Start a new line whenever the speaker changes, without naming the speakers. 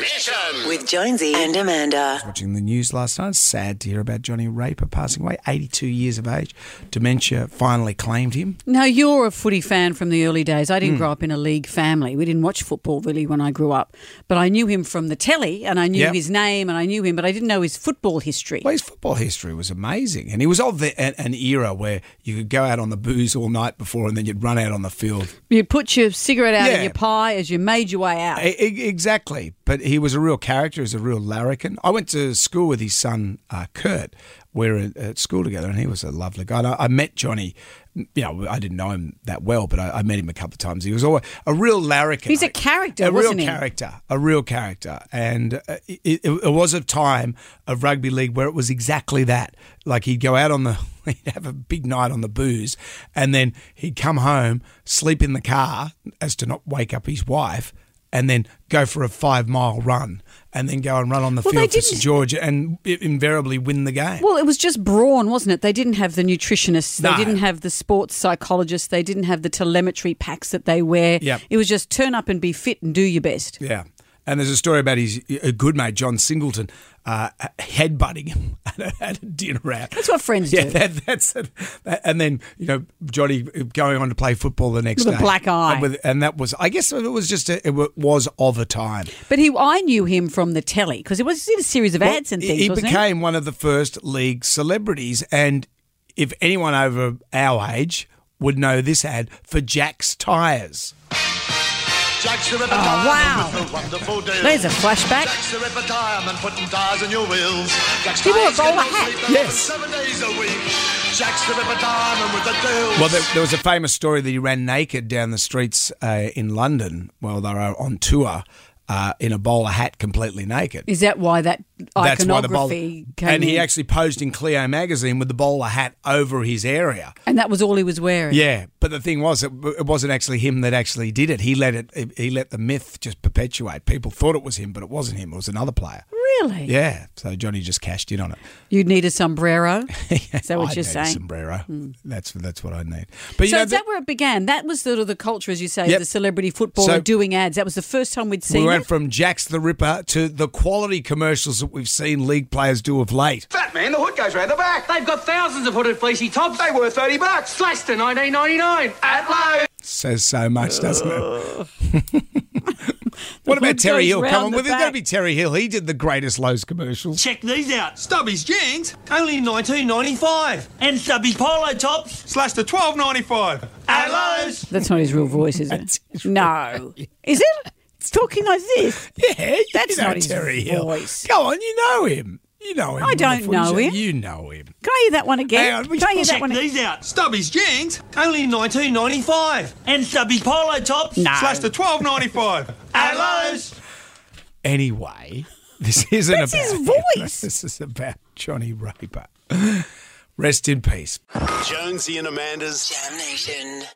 Mission.
with Jonesy and Amanda.
Watching the news last night, sad to hear about Johnny Raper passing away, 82 years of age. Dementia finally claimed him.
Now, you're a footy fan from the early days. I
Hmm.
didn't grow up in a league family. We didn't watch football really when I grew up. But I knew him from the telly and I knew
Yep.
his name and I knew him, but I didn't know his football history.
Well, his football history was amazing, and he was of the, an, an era where you could go out on the booze all night before, and then you'd run out on the field.
You put your cigarette out
Yeah.
in your pie as you made your way out.
E- e- Exactly. But he was a real character, he was a real larrikin. I went to school with his son, uh, Kurt. We were at, at school together, and he was a lovely guy. And I, I met Johnny, you know, I didn't know him that well, but I, I met him a couple of times. He was always a real larrikin.
He's a
I-
character,
a
wasn't
real
he?
character, a real character. And uh, it, it, it was a time of rugby league where it was exactly that. Like he'd go out on the, he'd have a big night on the booze, and then he'd come home, sleep in the car as to not wake up his wife, and then go for a five mile run, and then go and run on the
Well, they
field for
didn't-
St George, and i- invariably win the game.
Well, it was just brawn, wasn't it? They didn't have the nutritionists, they
No.
didn't have the sports psychologists, they didn't have the telemetry packs that they wear.
Yep.
It was just turn up and be fit and do your best.
Yeah. And there's a story about his a good mate, John Singleton, uh, headbutting him at a, at a dinner out.
That's what friends
yeah,
do.
that, that's it. And then, you know, Johnny going on to play football the next
With a
day.
black eye.
And, with- and that was, I guess it was just, a, it wa- was of a time.
But he, I knew him from the telly because it was in a series of
Well,
ads and
he-
things,
He
wasn't
became one of the first league celebrities, and if anyone over our age would know this ad for Jack's tires.
Jack's the Ripper
Oh,
Tire
wow.
Man with the wonderful deals.
There's a flashback.
Jack's the Ripper Tire Man putting tires on your wheels. Jack's
He wore a
tires can
bowler
all
hat.
sleep
Yes.
open Seven days a week. Jack's the Ripper Tire Man with the deals.
Well, there, there was a famous story that he ran naked down the streets uh, in London while they were on tour uh, in a bowler hat, completely naked.
it? Is that why that
That's
iconography
why the bowler.
came
And he
in?
actually posed in Clio magazine with the bowler hat over his area.
and that was all he was wearing.
Yeah, but the thing was, it, it wasn't actually him that actually did it. He let it. He let the myth just perpetuate. People thought it was him, but it wasn't him. It was another player.
Really?
Yeah. So Johnny just cashed in on it.
You'd need a sombrero. Is that
I
what you're
need a
saying? Hmm.
Sombrero. That's that's what I need. But you
so
know,
is
the-
that where it began? That was sort of the culture, as you say,
Yep.
the celebrity footballer
So-
doing ads. That was the first time we'd
we
seen
went
it.
from Jack's the Ripper to the quality commercials that we've seen league players do of late.
Fat man, the hood goes round the back.
They've got thousands of hooded fleecy tops.
They were 30 bucks.
Slashed to 1999.
At low.
Says so much, doesn't it? what about
hood
Terry
goes
Hill? Come
round
on,
the
well, there's got to
back.
be Terry Hill. He did the greatest Lowe's commercials.
Check these out.
Stubby's jeans, only 19.95.
And Stubby's polo tops.
Slash to 12.95. At lows.
That's not his real voice, is it? no. Is it? It's talking like this.
Yeah, you
That's
know
not his
Terry
voice.
Hill. Go on, you know him. You know him.
I don't
Wonderful.
know
You-
him.
You know him.
Can I hear that one
Hang
again?
on, we-
Can I hear that
Check
one again?
these out.
Stubby's jeans, only 19.95.
And Stubby's polo tops.
No.
Slash to 12.95. At lows.
Anyway, this isn't
That's
about
his
him.
voice.
This is about Johnny Raper. Rest in peace.
Jonesy and Amanda's
Jam Nation.